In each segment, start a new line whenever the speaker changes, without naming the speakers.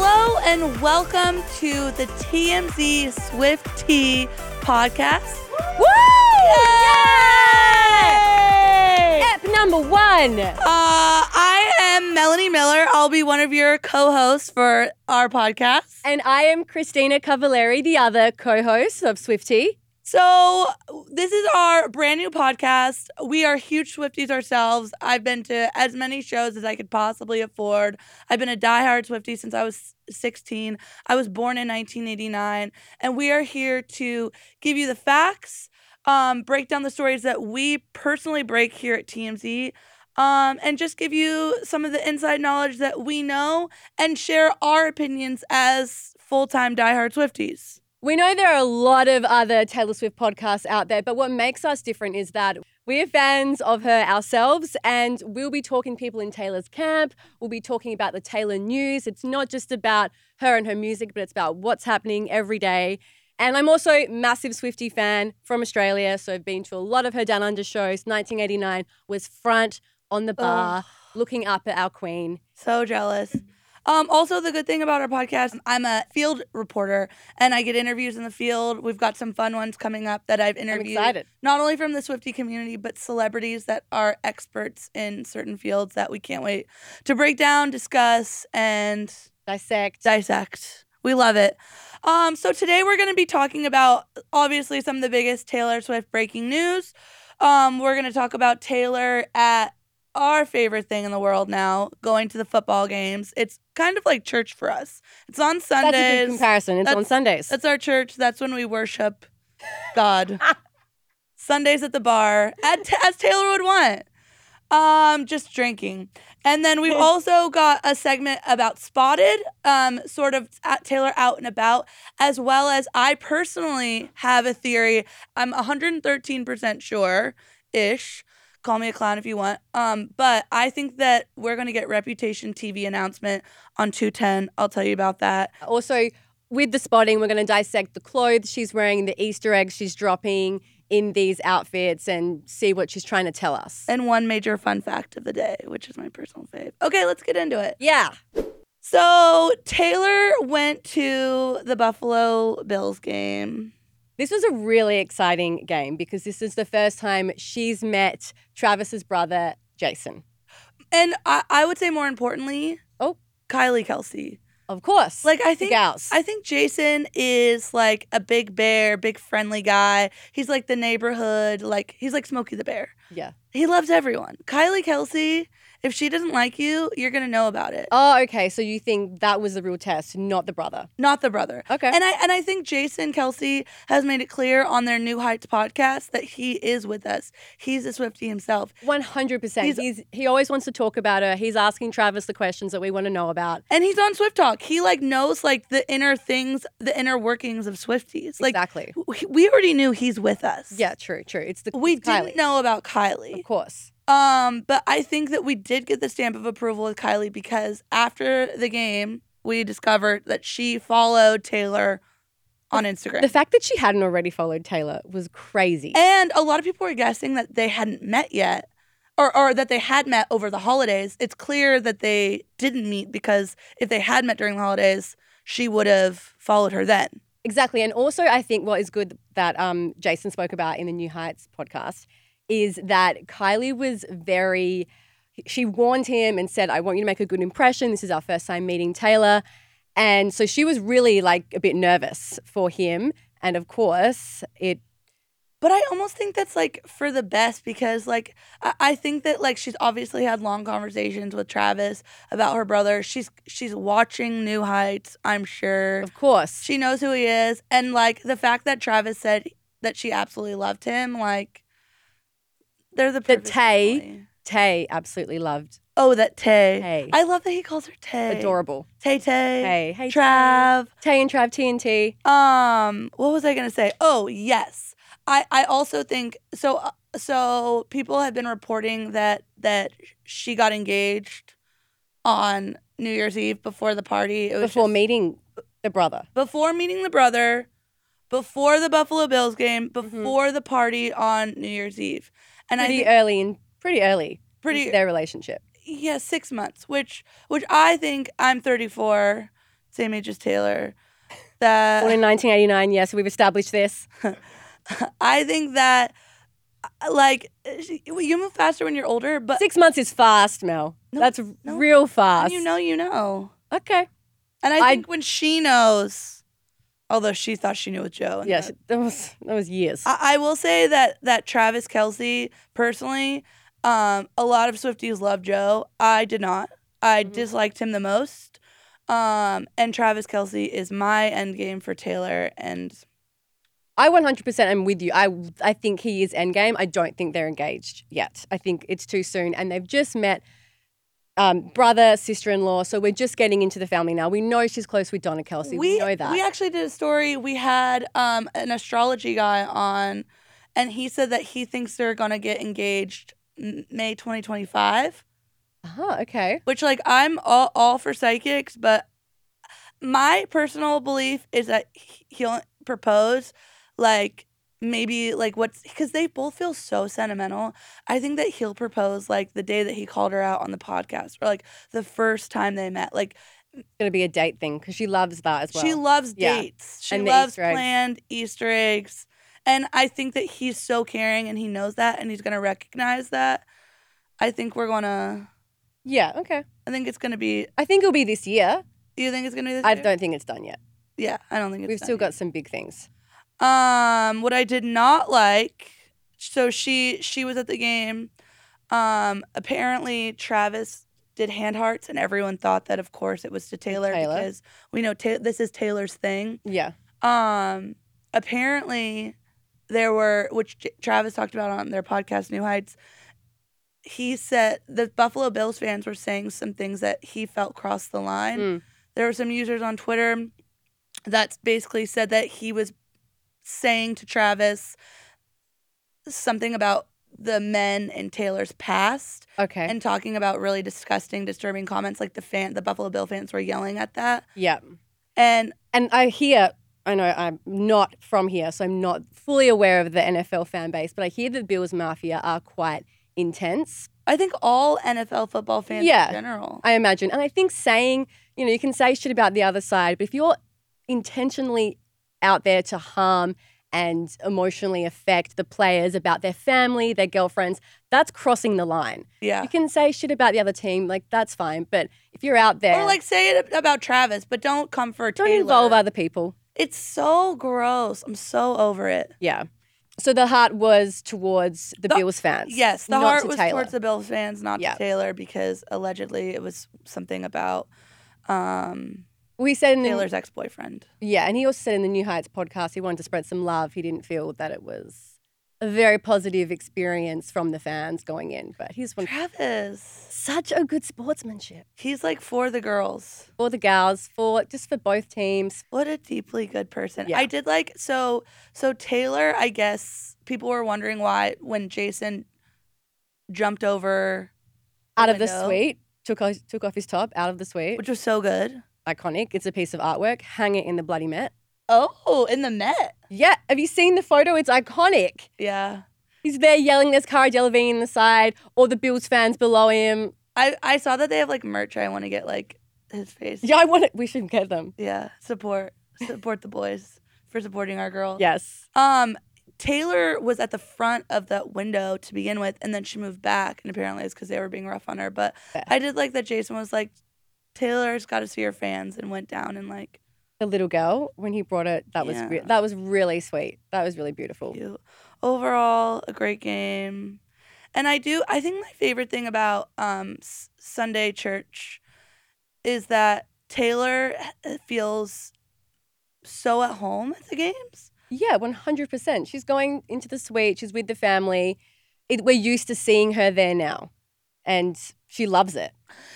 and welcome to the TMZ Swift Tea podcast.
Woo!
Yay!
Ep number one.
Uh, I am Melanie Miller. I'll be one of your co-hosts for our podcast.
And I am Christina Cavallari, the other co-host of Swifty.
So this is our brand new podcast. We are huge Swifties ourselves. I've been to as many shows as I could possibly afford. I've been a diehard Swifty since I was 16. I was born in 1989, and we are here to give you the facts, um, break down the stories that we personally break here at TMZ, um, and just give you some of the inside knowledge that we know and share our opinions as full-time diehard Swifties.
We know there are a lot of other Taylor Swift podcasts out there, but what makes us different is that we are fans of her ourselves and we'll be talking people in Taylor's camp. We'll be talking about the Taylor news. It's not just about her and her music, but it's about what's happening every day. And I'm also a massive Swifty fan from Australia, so I've been to a lot of her Down Under shows. 1989 was front on the bar, looking up at our queen.
So jealous. Um, also, the good thing about our podcast, I'm a field reporter and I get interviews in the field. We've got some fun ones coming up that I've
I'm
interviewed.
excited.
Not only from the Swifty community, but celebrities that are experts in certain fields that we can't wait to break down, discuss, and
Dissect.
dissect. We love it. Um, so today we're going to be talking about obviously some of the biggest Taylor Swift breaking news. Um, we're going to talk about Taylor at our favorite thing in the world now, going to the football games. It's kind of like church for us. It's on Sundays.
That's a good comparison. It's on
That's-
Sundays.
That's our church. That's when we worship God. Sundays at the bar, at, as Taylor would want. Um, just drinking. And then we've also got a segment about Spotted, um, sort of at Taylor out and about, as well as I personally have a theory. I'm 113% sure ish. Call me a clown if you want. Um, but I think that we're going to get Reputation TV announcement on 210. I'll tell you about that.
Also, with the spotting, we're going to dissect the clothes she's wearing, the Easter eggs she's dropping in these outfits, and see what she's trying to tell us.
and one major fun fact of the day, which is my personal fave. Okay, let's get into it.
yeah.
So Taylor went to the Buffalo Bills game.
This was a really exciting game because this is the first time she's met Travis's brother, Jason.
And I, I would say more importantly,
Oh.
Kylie Kelsey.
Of course.
Like I
the
think
gals.
I think Jason is like a big bear, big friendly guy. He's like the neighborhood, like he's like Smokey the Bear.
yeah.
He loves everyone. Kylie Kelsey, if she doesn't like you, you're gonna know about it.
Oh, okay. So you think that was the real test, not the brother.
Not the brother.
Okay.
And I and I think Jason Kelsey has made it clear on their New Heights podcast that he is with us. He's a Swifty himself.
100%.
He's-
He's, he always wants to talk about her. He's asking Travis the questions that we want to know about.
And he's on Swift Talk. He like knows like the inner things, the inner workings of Swifties. Like
exactly.
w- we already knew he's with us.
Yeah, true, true. It's the
We
it's Kylie.
didn't know about
Of
Kylie.
course.
Um, but I think that we did get the stamp of approval with Kylie because after the game, we discovered that she followed Taylor on Instagram.
The fact that she hadn't already followed Taylor was crazy.
And a lot of people were guessing that they hadn't met yet or, or that they had met over the holidays. It's clear that they didn't meet because if they had met during the holidays, she would have followed her then.
exactly. And also, I think what is good that um, Jason spoke about in the New Heights podcast is that Kylie was very, she warned him and said, I want you to make a good impression. This is our first time meeting Taylor. And so she was really like a bit nervous for him. And of course, it
But I almost think that's like for the best because like I, I think that like she's obviously had long conversations with Travis about her brother. She's she's watching New Heights, I'm sure.
of course
She knows who he is. And like the fact that Travis said that she absolutely loved him, like they're the perfect
Tay-
family.
Tay absolutely loved
Oh, that Tay.
Tay.
I love that he calls her Tay.
Adorable.
Tay Tay.
Hey, hey,
Trav.
Tay and Trav TNT.
Um, what was I gonna say? Oh, yes. I I also think so. uh, So people have been reporting that that she got engaged on New Year's Eve before the party. It was
before
just-
meeting the brother.
before meeting the brother, before the Buffalo Bills game,
Mm-hmm.
before the party on New Year's Eve, and I
pretty
think
early in pretty early into
pretty
their relationship.
yeah six months, which which I think I'm 34. same age as Taylor. That
Born in 1989. Yes, we've established this.
I think that uh, like she- you move faster when you're older, but
Six months is fast, Mel.
No,
That's
no.
real
when
fast.
you know, you know.
Okay.
And
I-
I think when she knows, although she thought she knew with Joe. and
Yes,
that-
that was that was years.
I, I will say that that Travis Kelsey personally, um, a lot of Swifties love Joe. I did not. I
Mhm.
disliked him the most. Um, and Travis Kelsey is my end game for Taylor and
I 100% am with you. I I think he is endgame. I don't think they're engaged yet. I think it's too soon, and they've just met. Um, brother, sister-in-law. So we're just getting into the family now. We know she's close with Donna Kelsey. We, know that.
We actually did a story. We had um, an astrology guy on, and he said that he thinks they're gonna get engaged m- May 2025.
uh-huh, okay.
Which, like, I'm all, all for psychics, but my personal belief is that he- he'll propose, like maybe like what's because they both feel so sentimental. I think that he'll propose like the day that he called her out on the podcast, or like the first time they met, like.
It's going to be a date thing because she loves that as well.
She loves
Yeah.
dates. She
And the
loves
Easter eggs.
planned Easter eggs. And I think that he's so caring and he knows that and he's going to recognize that. I think we're going to,
yeah, okay.
I think it's going to be,
I think it'll be this year.
do you think it's going to be this
I
year?
don't think it's done yet.
Yeah, I don't think it's
We've
done
still
yet.
got some big things.
Um, what I did not like. So she she was at the game. Um, apparently Travis did hand hearts, and everyone thought that, of course, it was to Taylor,
Taylor.
because we know ta- this is Taylor's thing.
Yeah.
Um, apparently, there were which J- Travis talked about on their podcast, New Heights. He said the Buffalo Bills fans were saying some things that he felt crossed the line.
Mm.
There were some users on Twitter that basically said that he was saying to Travis something about the men in Taylor's past
Okay.
and talking about really disgusting, disturbing comments. Like the fan, the Buffalo Bill fans were yelling at that,
yeah.
and
And I hear, I know I'm not from here, so I'm not fully aware of the NFL fan base, but I hear the Bills Mafia are quite intense,
I think all NFL football fans
Yeah.
in general.
I imagine. And I think saying, you know, you can say shit about the other side, but if you're intentionally out there to harm and emotionally affect the players about their family, their girlfriends, that's crossing the line.
yeah.
You can say shit about the other team, like that's fine, but if you're out there,
Or like say it about Travis, but don't come for
don't
Taylor.
involve other people.
It's so gross. I'm so over it.
Yeah. So the heart was towards the,
The-
Bills fans.
Yes, the
not
heart
to
was
Taylor.
towards the Bills fans, not
Yeah.
to Taylor, because allegedly it was something about um,
We said in the
Taylor's ex-boyfriend.
yeah, and he also said in the New Heights podcast he wanted to spread some love. He didn't feel that it was a very positive experience from the fans going in, but he's one
Travis,
such a good sportsmanship
he's like for the girls.
for the gals, for just for both teams.
What a deeply good person.
Yeah.
I did like so so Taylor. I guess people were wondering why when Jason jumped over,
Out of the
window.
suite, took off, took off his top, out of the suite.
which was so good.
Iconic. It's a piece of artwork. Hang it in the bloody Met.
Oh, in the Met.
Yeah, have you seen the photo? It's iconic.
Yeah.
He's there yelling, there's Cara Delevingne in the side, all the Bills fans below him.
I I saw that they have like merch. I want to get like his face.
Yeah, I want it. We should get them.
Yeah. Support support the boys for supporting our girl.
Yes.
Um Taylor was at the front of the window to begin with and then she moved back and apparently it's cuz they were being rough on her, but
Yeah.
I did like that Jason was like Taylor's got to see her fans and went down and like
The little girl, when he brought it, that was re-
Yeah.
that was really sweet. That was really beautiful.
you. Overall, a great game. And I do I think my favorite thing about um S- Sunday church is that Taylor h- feels so at home at the games.
Yeah, 100%. She's going into the suite, she's with the family. It, we're used to seeing her there now, and she loves it.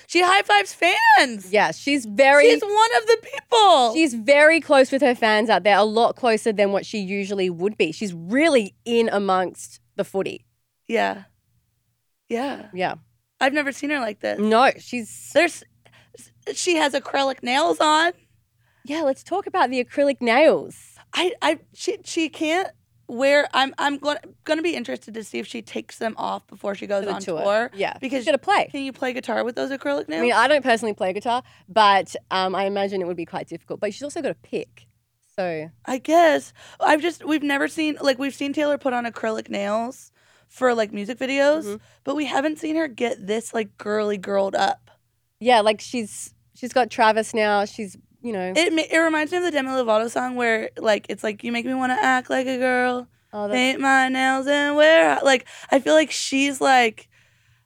She high fives fans.
Yeah, she's very.
She's one of the people.
She's very close with her fans out there, a lot closer than what she usually would be. She's really in amongst the footy.
yeah. Yeah.
Yeah.
I've never seen her like this.
No, she's
There's she has acrylic nails on.
Yeah, let's talk about the acrylic nails.
I I she she can't where I'm I'm going to be interested to see if she takes them off before she goes
for the
on
tour.
tour.
Yeah,
because
she's gonna play.
can you play guitar with those acrylic nails?
I mean, I don't personally play guitar, but um, I imagine it would be quite difficult. But she's also got a pick, so
I guess I've just we've never seen like we've seen Taylor put on acrylic nails for like music videos,
Mhm.
but we haven't seen her get this like girly girled up.
yeah, like she's she's got Travis now. She's you know,
It ma- it reminds me of the Demi Lovato song where like it's like you make me want to act like a girl,
oh, that's
paint my nails and wear high-" like I feel like she's like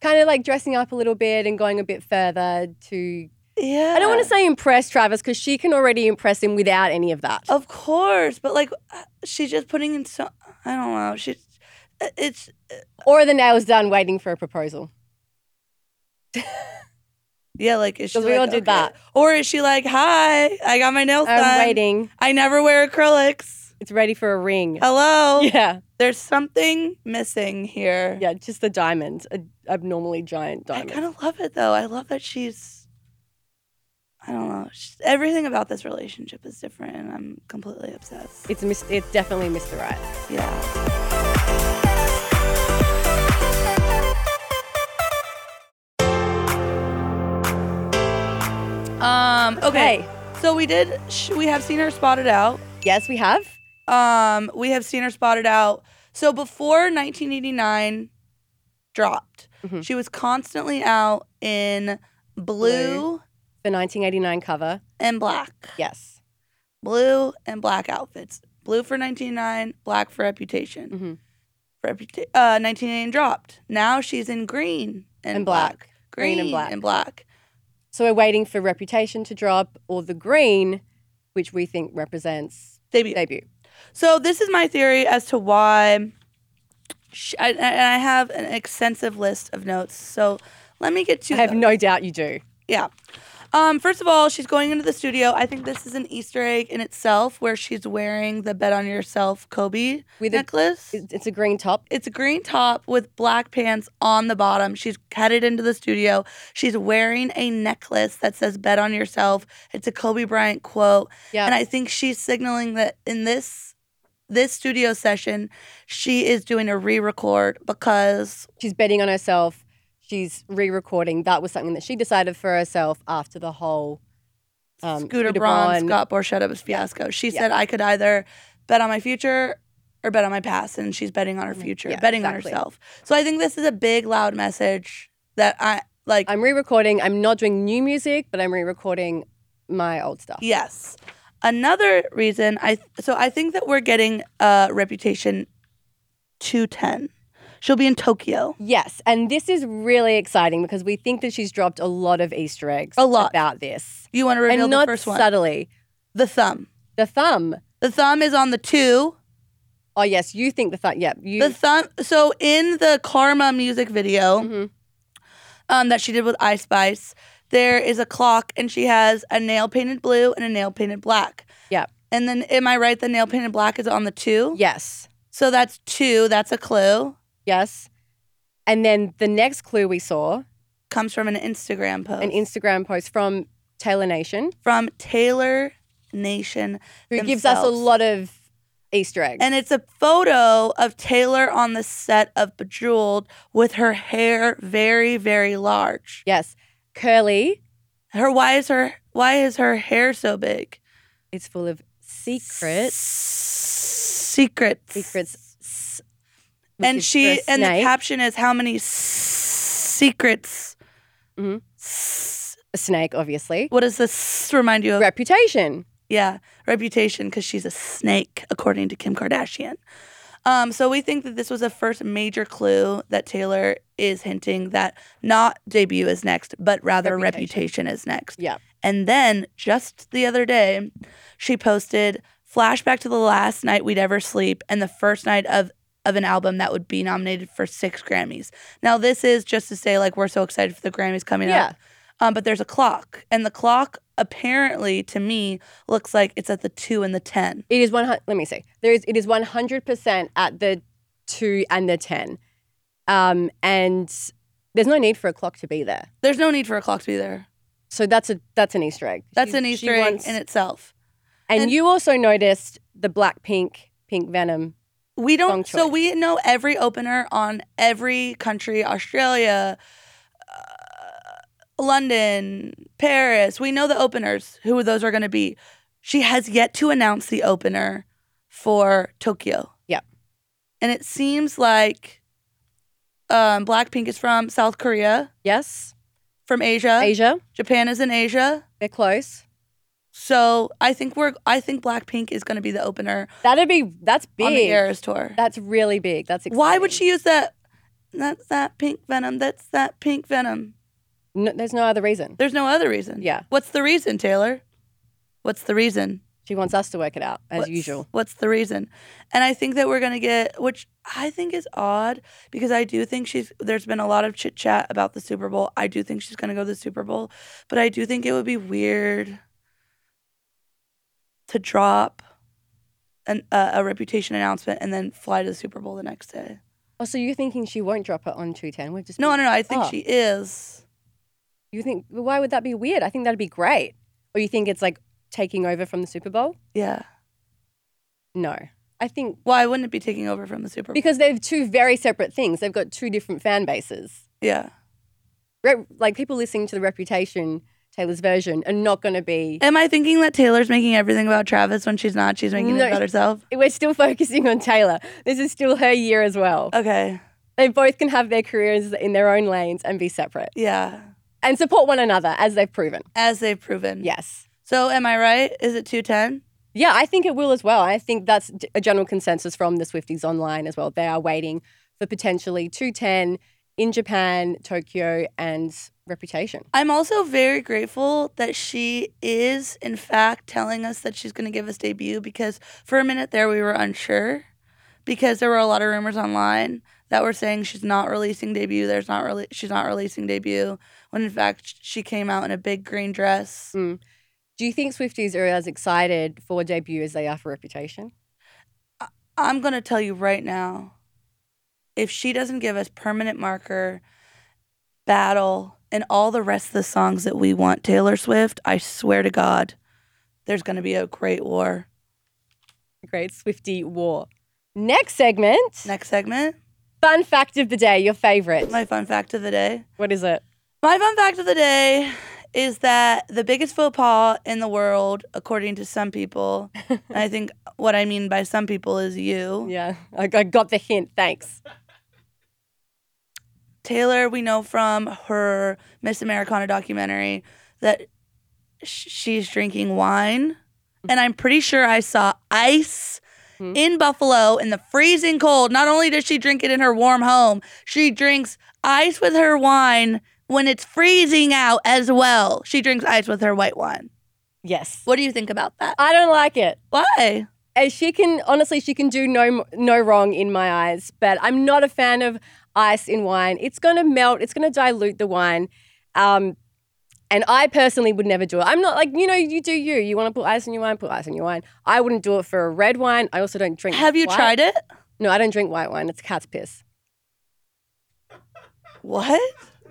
kind of like dressing up a little bit and going a bit further to.
yeah.
I don't want to say impress Travis because she can already impress him without any of that.
Of course, but like uh, she's just putting in so I don't know. She's it's
Or the nails done, waiting for a proposal.
yeah like is she
'Cause we
like,
all did that.
or is she like hi I got my nails done
I'm Um, waiting.
I never wear acrylics.
It's ready for a ring.
Hello.
Yeah,
There's something missing here.
yeah, just a diamond, an abnormally giant
I
diamond.
kind of love it though. I love that she's. I don't know. She's, everything about this relationship is different, and I'm completely obsessed.
It's mis- it's definitely Mr. Right.
Yeah. Um. Okay.
Hey,
So we did. Sh- we have seen her spotted out.
yes, we have.
Um, we have seen her spotted out. So before 1989 dropped,
Mhm.
she was constantly out in blue,
the 1989 cover.
and black.
Yes.
Blue and black outfits. Blue for 1989, black for Reputation.
Mhm.
Reputa- uh, 1989 dropped. Now she's in green and, black.
Green and black.
and black.
So we're waiting for Reputation to drop or the green, which we think represents
Debut.
debut.
So this is my theory as to why. sh I, and I have an extensive list of notes. So let me get to.
I have
those.
no doubt you do.
Yeah. Um, first of all, she's going into the studio. I think this is an Easter egg in itself where she's wearing the bet on yourself Kobe
With a,
necklace.
it's a green top.
It's a green top with black pants on the bottom. She's headed into the studio. She's wearing a necklace that says bet on yourself. It's a Kobe Bryant quote.
Yeah.
And I think she's signaling that in this this studio session, she is doing a re-record because
She's betting on herself. She's re-recording. That was something that she decided for herself after the whole um,
Scooter, Braun,
Braun-
Scott Borchetta fiasco. She
Yeah.
said I could either bet on my future or bet on my past, and she's betting on her
Mhm.
future,
Yeah,
betting
exactly.
on herself. So I think this is a big, loud message that I like.
I'm re-recording. I'm not doing new music, but I'm re-recording my old stuff.
yes, another reason I so I think that we're getting uh, reputation two ten. She'll be in Tokyo.
Yes, and this is really exciting because we think that she's dropped a lot of Easter eggs
A lot.
about this,
You want to reveal
and not
the first one?
subtly.
The thumb.
The thumb.
The thumb is on the two.
Oh yes, you think the thumb. Yeah, you.
The thumb. So in the Karma music video,
Mhm.
um, that she did with Ice Spice. There is a clock, and she has a nail painted blue and a nail painted black.
Yep.
And then, am I right? The nail painted black is on the two.
Yes,
So that's two. That's a clue.
yes. And then the next clue we saw
Comes from an Instagram post.
an Instagram post from Taylor Nation,
from Taylor Nation,
who gives us a
Themselves.
lot of Easter eggs.
and it's a photo of Taylor on the set of Bejeweled with her hair very, very large.
yes, curly.
Her why is her why is her hair so big?
It's full of secrets.
Secrets.
Secrets. S- which
and
is
she
for a
and the
snake.
caption is how many s- secrets
Mhm.
S-
a snake, obviously.
what does this remind you of
Reputation.
yeah reputation because she's a snake according to kim kardashian um, so we think that this was a first major clue that taylor is hinting that not debut is next but rather
Reputation.
reputation, is next
Yeah.
and then just the other day she posted flashback to the last night we'd ever sleep and the first night of of an album that would be nominated for six grammys now this is just to say like we're so excited for the grammys coming up
Yeah.
um, but there's a clock, and the clock apparently to me looks like it's at the two and the ten.
It is one hundred. Let me see. There is. It is one hundred percent at the two and the ten, um, and there's no need for a clock to be there.
There's no need for a clock to be there.
So that's a that's an Easter egg.
That's
She-
an
she
Easter egg
wants-
in itself.
and,
and-
you also noticed the black pink pink venom
we
Song
don't. So
choice.
we know every opener on every country: Australia, uh, London, Paris. We know the openers. Who those are going to be? She has yet to announce the opener for Tokyo.
Yep.
And it seems like um, Blackpink is from South Korea,
Yes.
from Asia.
Uh, Asia,
Japan is in Asia.
they're close.
So I think we're. I think Blackpink is going to be the opener
That'd be that's
on the
big.
Eras tour.
That's really big. That's exciting.
Why would she use that? That's that pink venom. That's that pink venom.
No, there's no other reason.
There's no other reason.
Yeah.
What's the reason, Taylor? What's the reason?
She wants us to work it out as
What's-
usual.
What's the reason? And I think that we're gonna get, which I think is odd because I do think she's. There's been a lot of chit chat about the Super Bowl. I do think she's gonna go to the Super Bowl, but I do think it would be weird to drop an, uh, a reputation announcement and then fly to the Super Bowl the next day.
Oh, so you're thinking she won't drop it on 210? We've just
No, no, no. I think
Oh.
she is.
You think well, why would that be weird? I think that'd be great. Or you think it's like taking over from the Super Bowl?
Yeah.
No, I think
Why wouldn't it be taking over from the Super Bowl?
because they're two very separate things. They've got two different fan bases.
yeah.
Re- like people listening to the Reputation Taylor's version are not going to be.
Am I thinking that Taylor's making everything about Travis when she's not? She's making
No.
it about herself?
We're still focusing on Taylor. This is still her year as well.
Okay.
They both can have their careers in their own lanes and be separate
Yeah.
and support one another as they've proven.
As they've proven.
Yes.
So am I right? Is it 210?
Yeah, I think it will as well. I think that's d- a general consensus from the Swifties online as well. They are waiting for potentially 210 in Japan, Tokyo, and Reputation.
I'm also very grateful that she is, in fact, telling us that she's going to give us debut because for a minute there we were unsure because there were a lot of rumors online that were saying she's not releasing debut. There's not really she's not releasing debut when in fact she came out in a big green dress.
Do you think Swifties are as excited for debut as they are for Reputation?
I'm going to tell you right now if she doesn't give us permanent marker, battle, and all the rest of the songs that we want Taylor Swift, I swear to God, there's going to be a great war.
Great Swifty war. Next segment
Next segment,
fun fact of the day, your favorite.
my fun fact of the day.
What is it?
My fun fact of the day is that the biggest faux pas in the world, according to some people, and I think what I mean by some people is you.
Yeah, I I got the hint. Thanks.
Taylor, we know from her Miss Americana documentary that sh- she's drinking wine. And I'm pretty sure I saw ice
Hmm.
in Buffalo in the freezing cold. Not only does she drink it in her warm home, she drinks ice with her wine when it's freezing out as well. She drinks ice with her white wine.
Yes.
What do you think about that?
I don't like it.
Why?
And she can honestly, she can do no no wrong in my eyes. But I'm not a fan of ice in wine. It's gonna melt. It's gonna dilute the wine. Um, and I personally would never do it. I'm not like you know you do you. You want to put ice in your wine, put ice in your wine. I wouldn't do it for a red wine. I also don't drink.
Have you
white.
tried it?
No, I don't drink white wine. It's cat's piss.
What?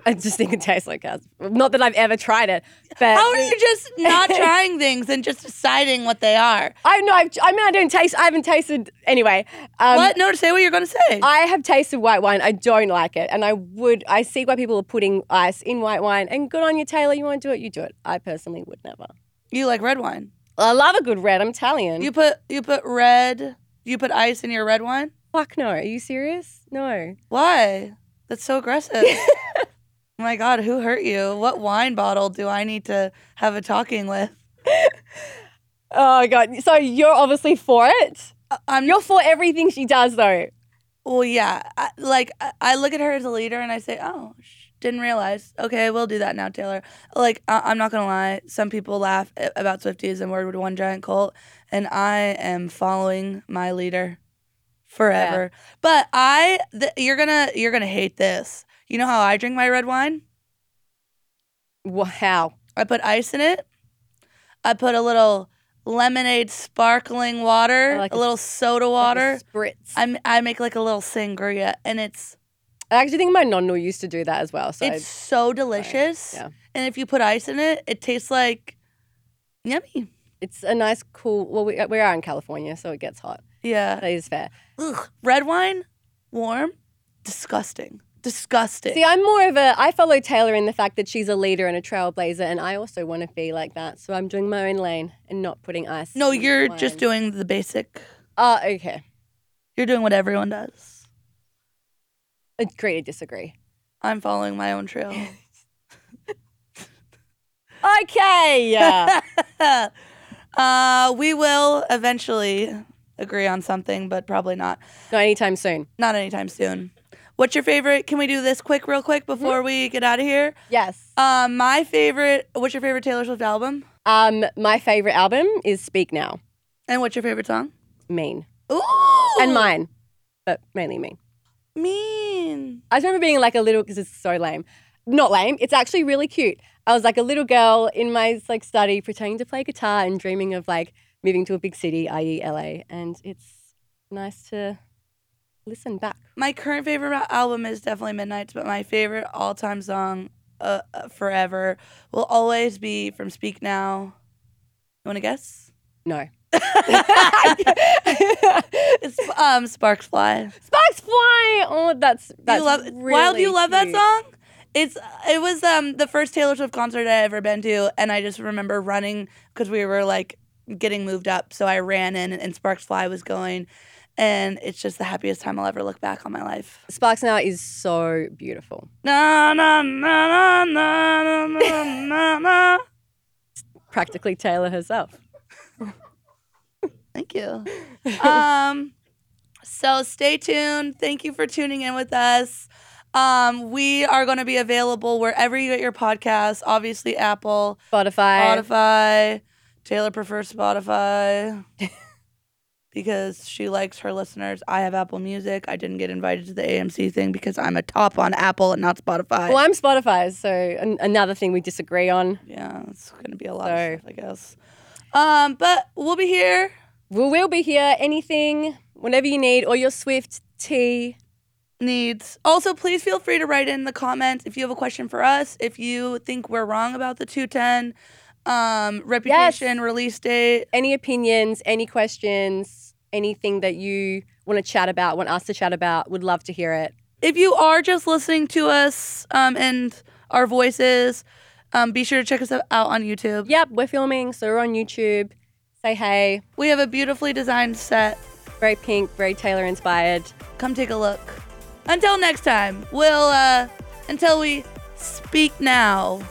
I just think it tastes like cat's. Not that I've ever tried it. But
How are you just not trying things and just deciding what they are?
I know. I've- I mean, I don't taste. I haven't tasted anyway. Um,
what? No, say what you're going to say.
I have tasted white wine. I don't like it, and I would. I see why people are putting ice in white wine. And good on you, Taylor. You want to do it, you do it. I personally would never.
You like red wine.
I love a good red. I'm Italian.
You put you put red. You put ice in your red wine.
fuck no. Are you serious? No.
Why? That's so aggressive. Oh My God, who hurt you? What wine bottle do I need to have a talking with?
Oh my god. So you're obviously for it.
I- I'm
You're for everything she does, though.
well, yeah. I, like I- I look at her as a leader and I say, oh, sh- didn't realize. Okay, we'll do that now, Taylor. Like I- I'm not gonna lie. Some people laugh a- about Swifties and word with one giant cult, and I am following my leader forever. But I, th- you're gonna you're gonna hate this. You know how I drink my red wine?
Wow.
I put ice in it. I put a little lemonade sparkling water,
I like
a
a
little soda water.
Like a spritz.
I m- I make like a little sangria, and it's
I actually think my nonna used to do that as well. So
it's so delicious.
yeah.
And if you put ice in it, it tastes like yummy.
It's a nice, cool. Well, we, we are in California, so it gets hot.
Yeah.
That is fair.
Ugh. Red wine, warm, disgusting. Disgusting.
See, I'm more of a. I follow Taylor in the fact that she's a leader and a trailblazer, and I also want to be like that. So I'm doing my own lane and not putting ice.
no,
in
you're
wine.
just doing the basic.
Oh, okay.
You're doing what everyone does.
Agree to disagree.
I'm following my own trail.
Okay.
uh, we will eventually agree on something, but probably not.
not anytime soon.
Not anytime soon. What's your favorite? Can we do this quick, real quick,
Mm-hmm.
before we get out of here?
Yes.
Um, my favorite. What's your favorite Taylor Swift album?
Um, my favorite album is Speak Now.
And what's your favorite song?
Mean
Ooh, Oh.
and mine, but mainly Mean.
Mean.
I just remember being like a little because it's so lame. Not lame. It's actually really cute. I was like a little girl in my like study, pretending to play guitar and dreaming of like moving to a big city, i.e., LA. And it's nice to listen back.
My current favorite al- album is definitely Midnight's, but my favorite all-time song, uh, uh, forever, will always be from Speak Now. You want to guess?
No.
It's um Sparks Fly.
Sparks fly. Oh, that's that's
you love
really
Why do you love
cute.
that song? It's it was um the first Taylor Swift concert I ever been to, and I just remember running because we were like getting moved up, so I ran in, and Sparks Fly was going, and it's just the happiest time I'll ever look back on my life.
Sparks now is so beautiful.
Na na na na na na na na. na.
Practically Taylor herself.
Thank you. um, so stay tuned. Thank you for tuning in with us. Um, we are going to be available wherever you get your podcasts. Obviously, Apple,
Spotify.
Spotify. Taylor prefers Spotify because she likes her listeners. I have Apple Music. I didn't get invited to the AMC thing because I'm a top on Apple and not Spotify.
Well, I'm Spotify, so an- another thing we disagree on.
Yeah, it's going to be a lot
Sorry.
of stuff, I guess. Um, but we'll be here.
We will be here. Anything, whenever you need, or your Swift tea.
needs. Also, please feel free to write in the comments if you have a question for us, if you think we're wrong about the 210 um reputation release date.
Any opinions, any questions, anything that you want to chat about, want us to chat about, would love to hear it.
If you are just listening to us um and our voices, um be sure to check us out on YouTube.
Yep, we're filming, so we're on YouTube. Say hey.
We have a beautifully designed set.
Very pink, very Taylor inspired.
Come take a look. Until next time, we'll uh until we speak now.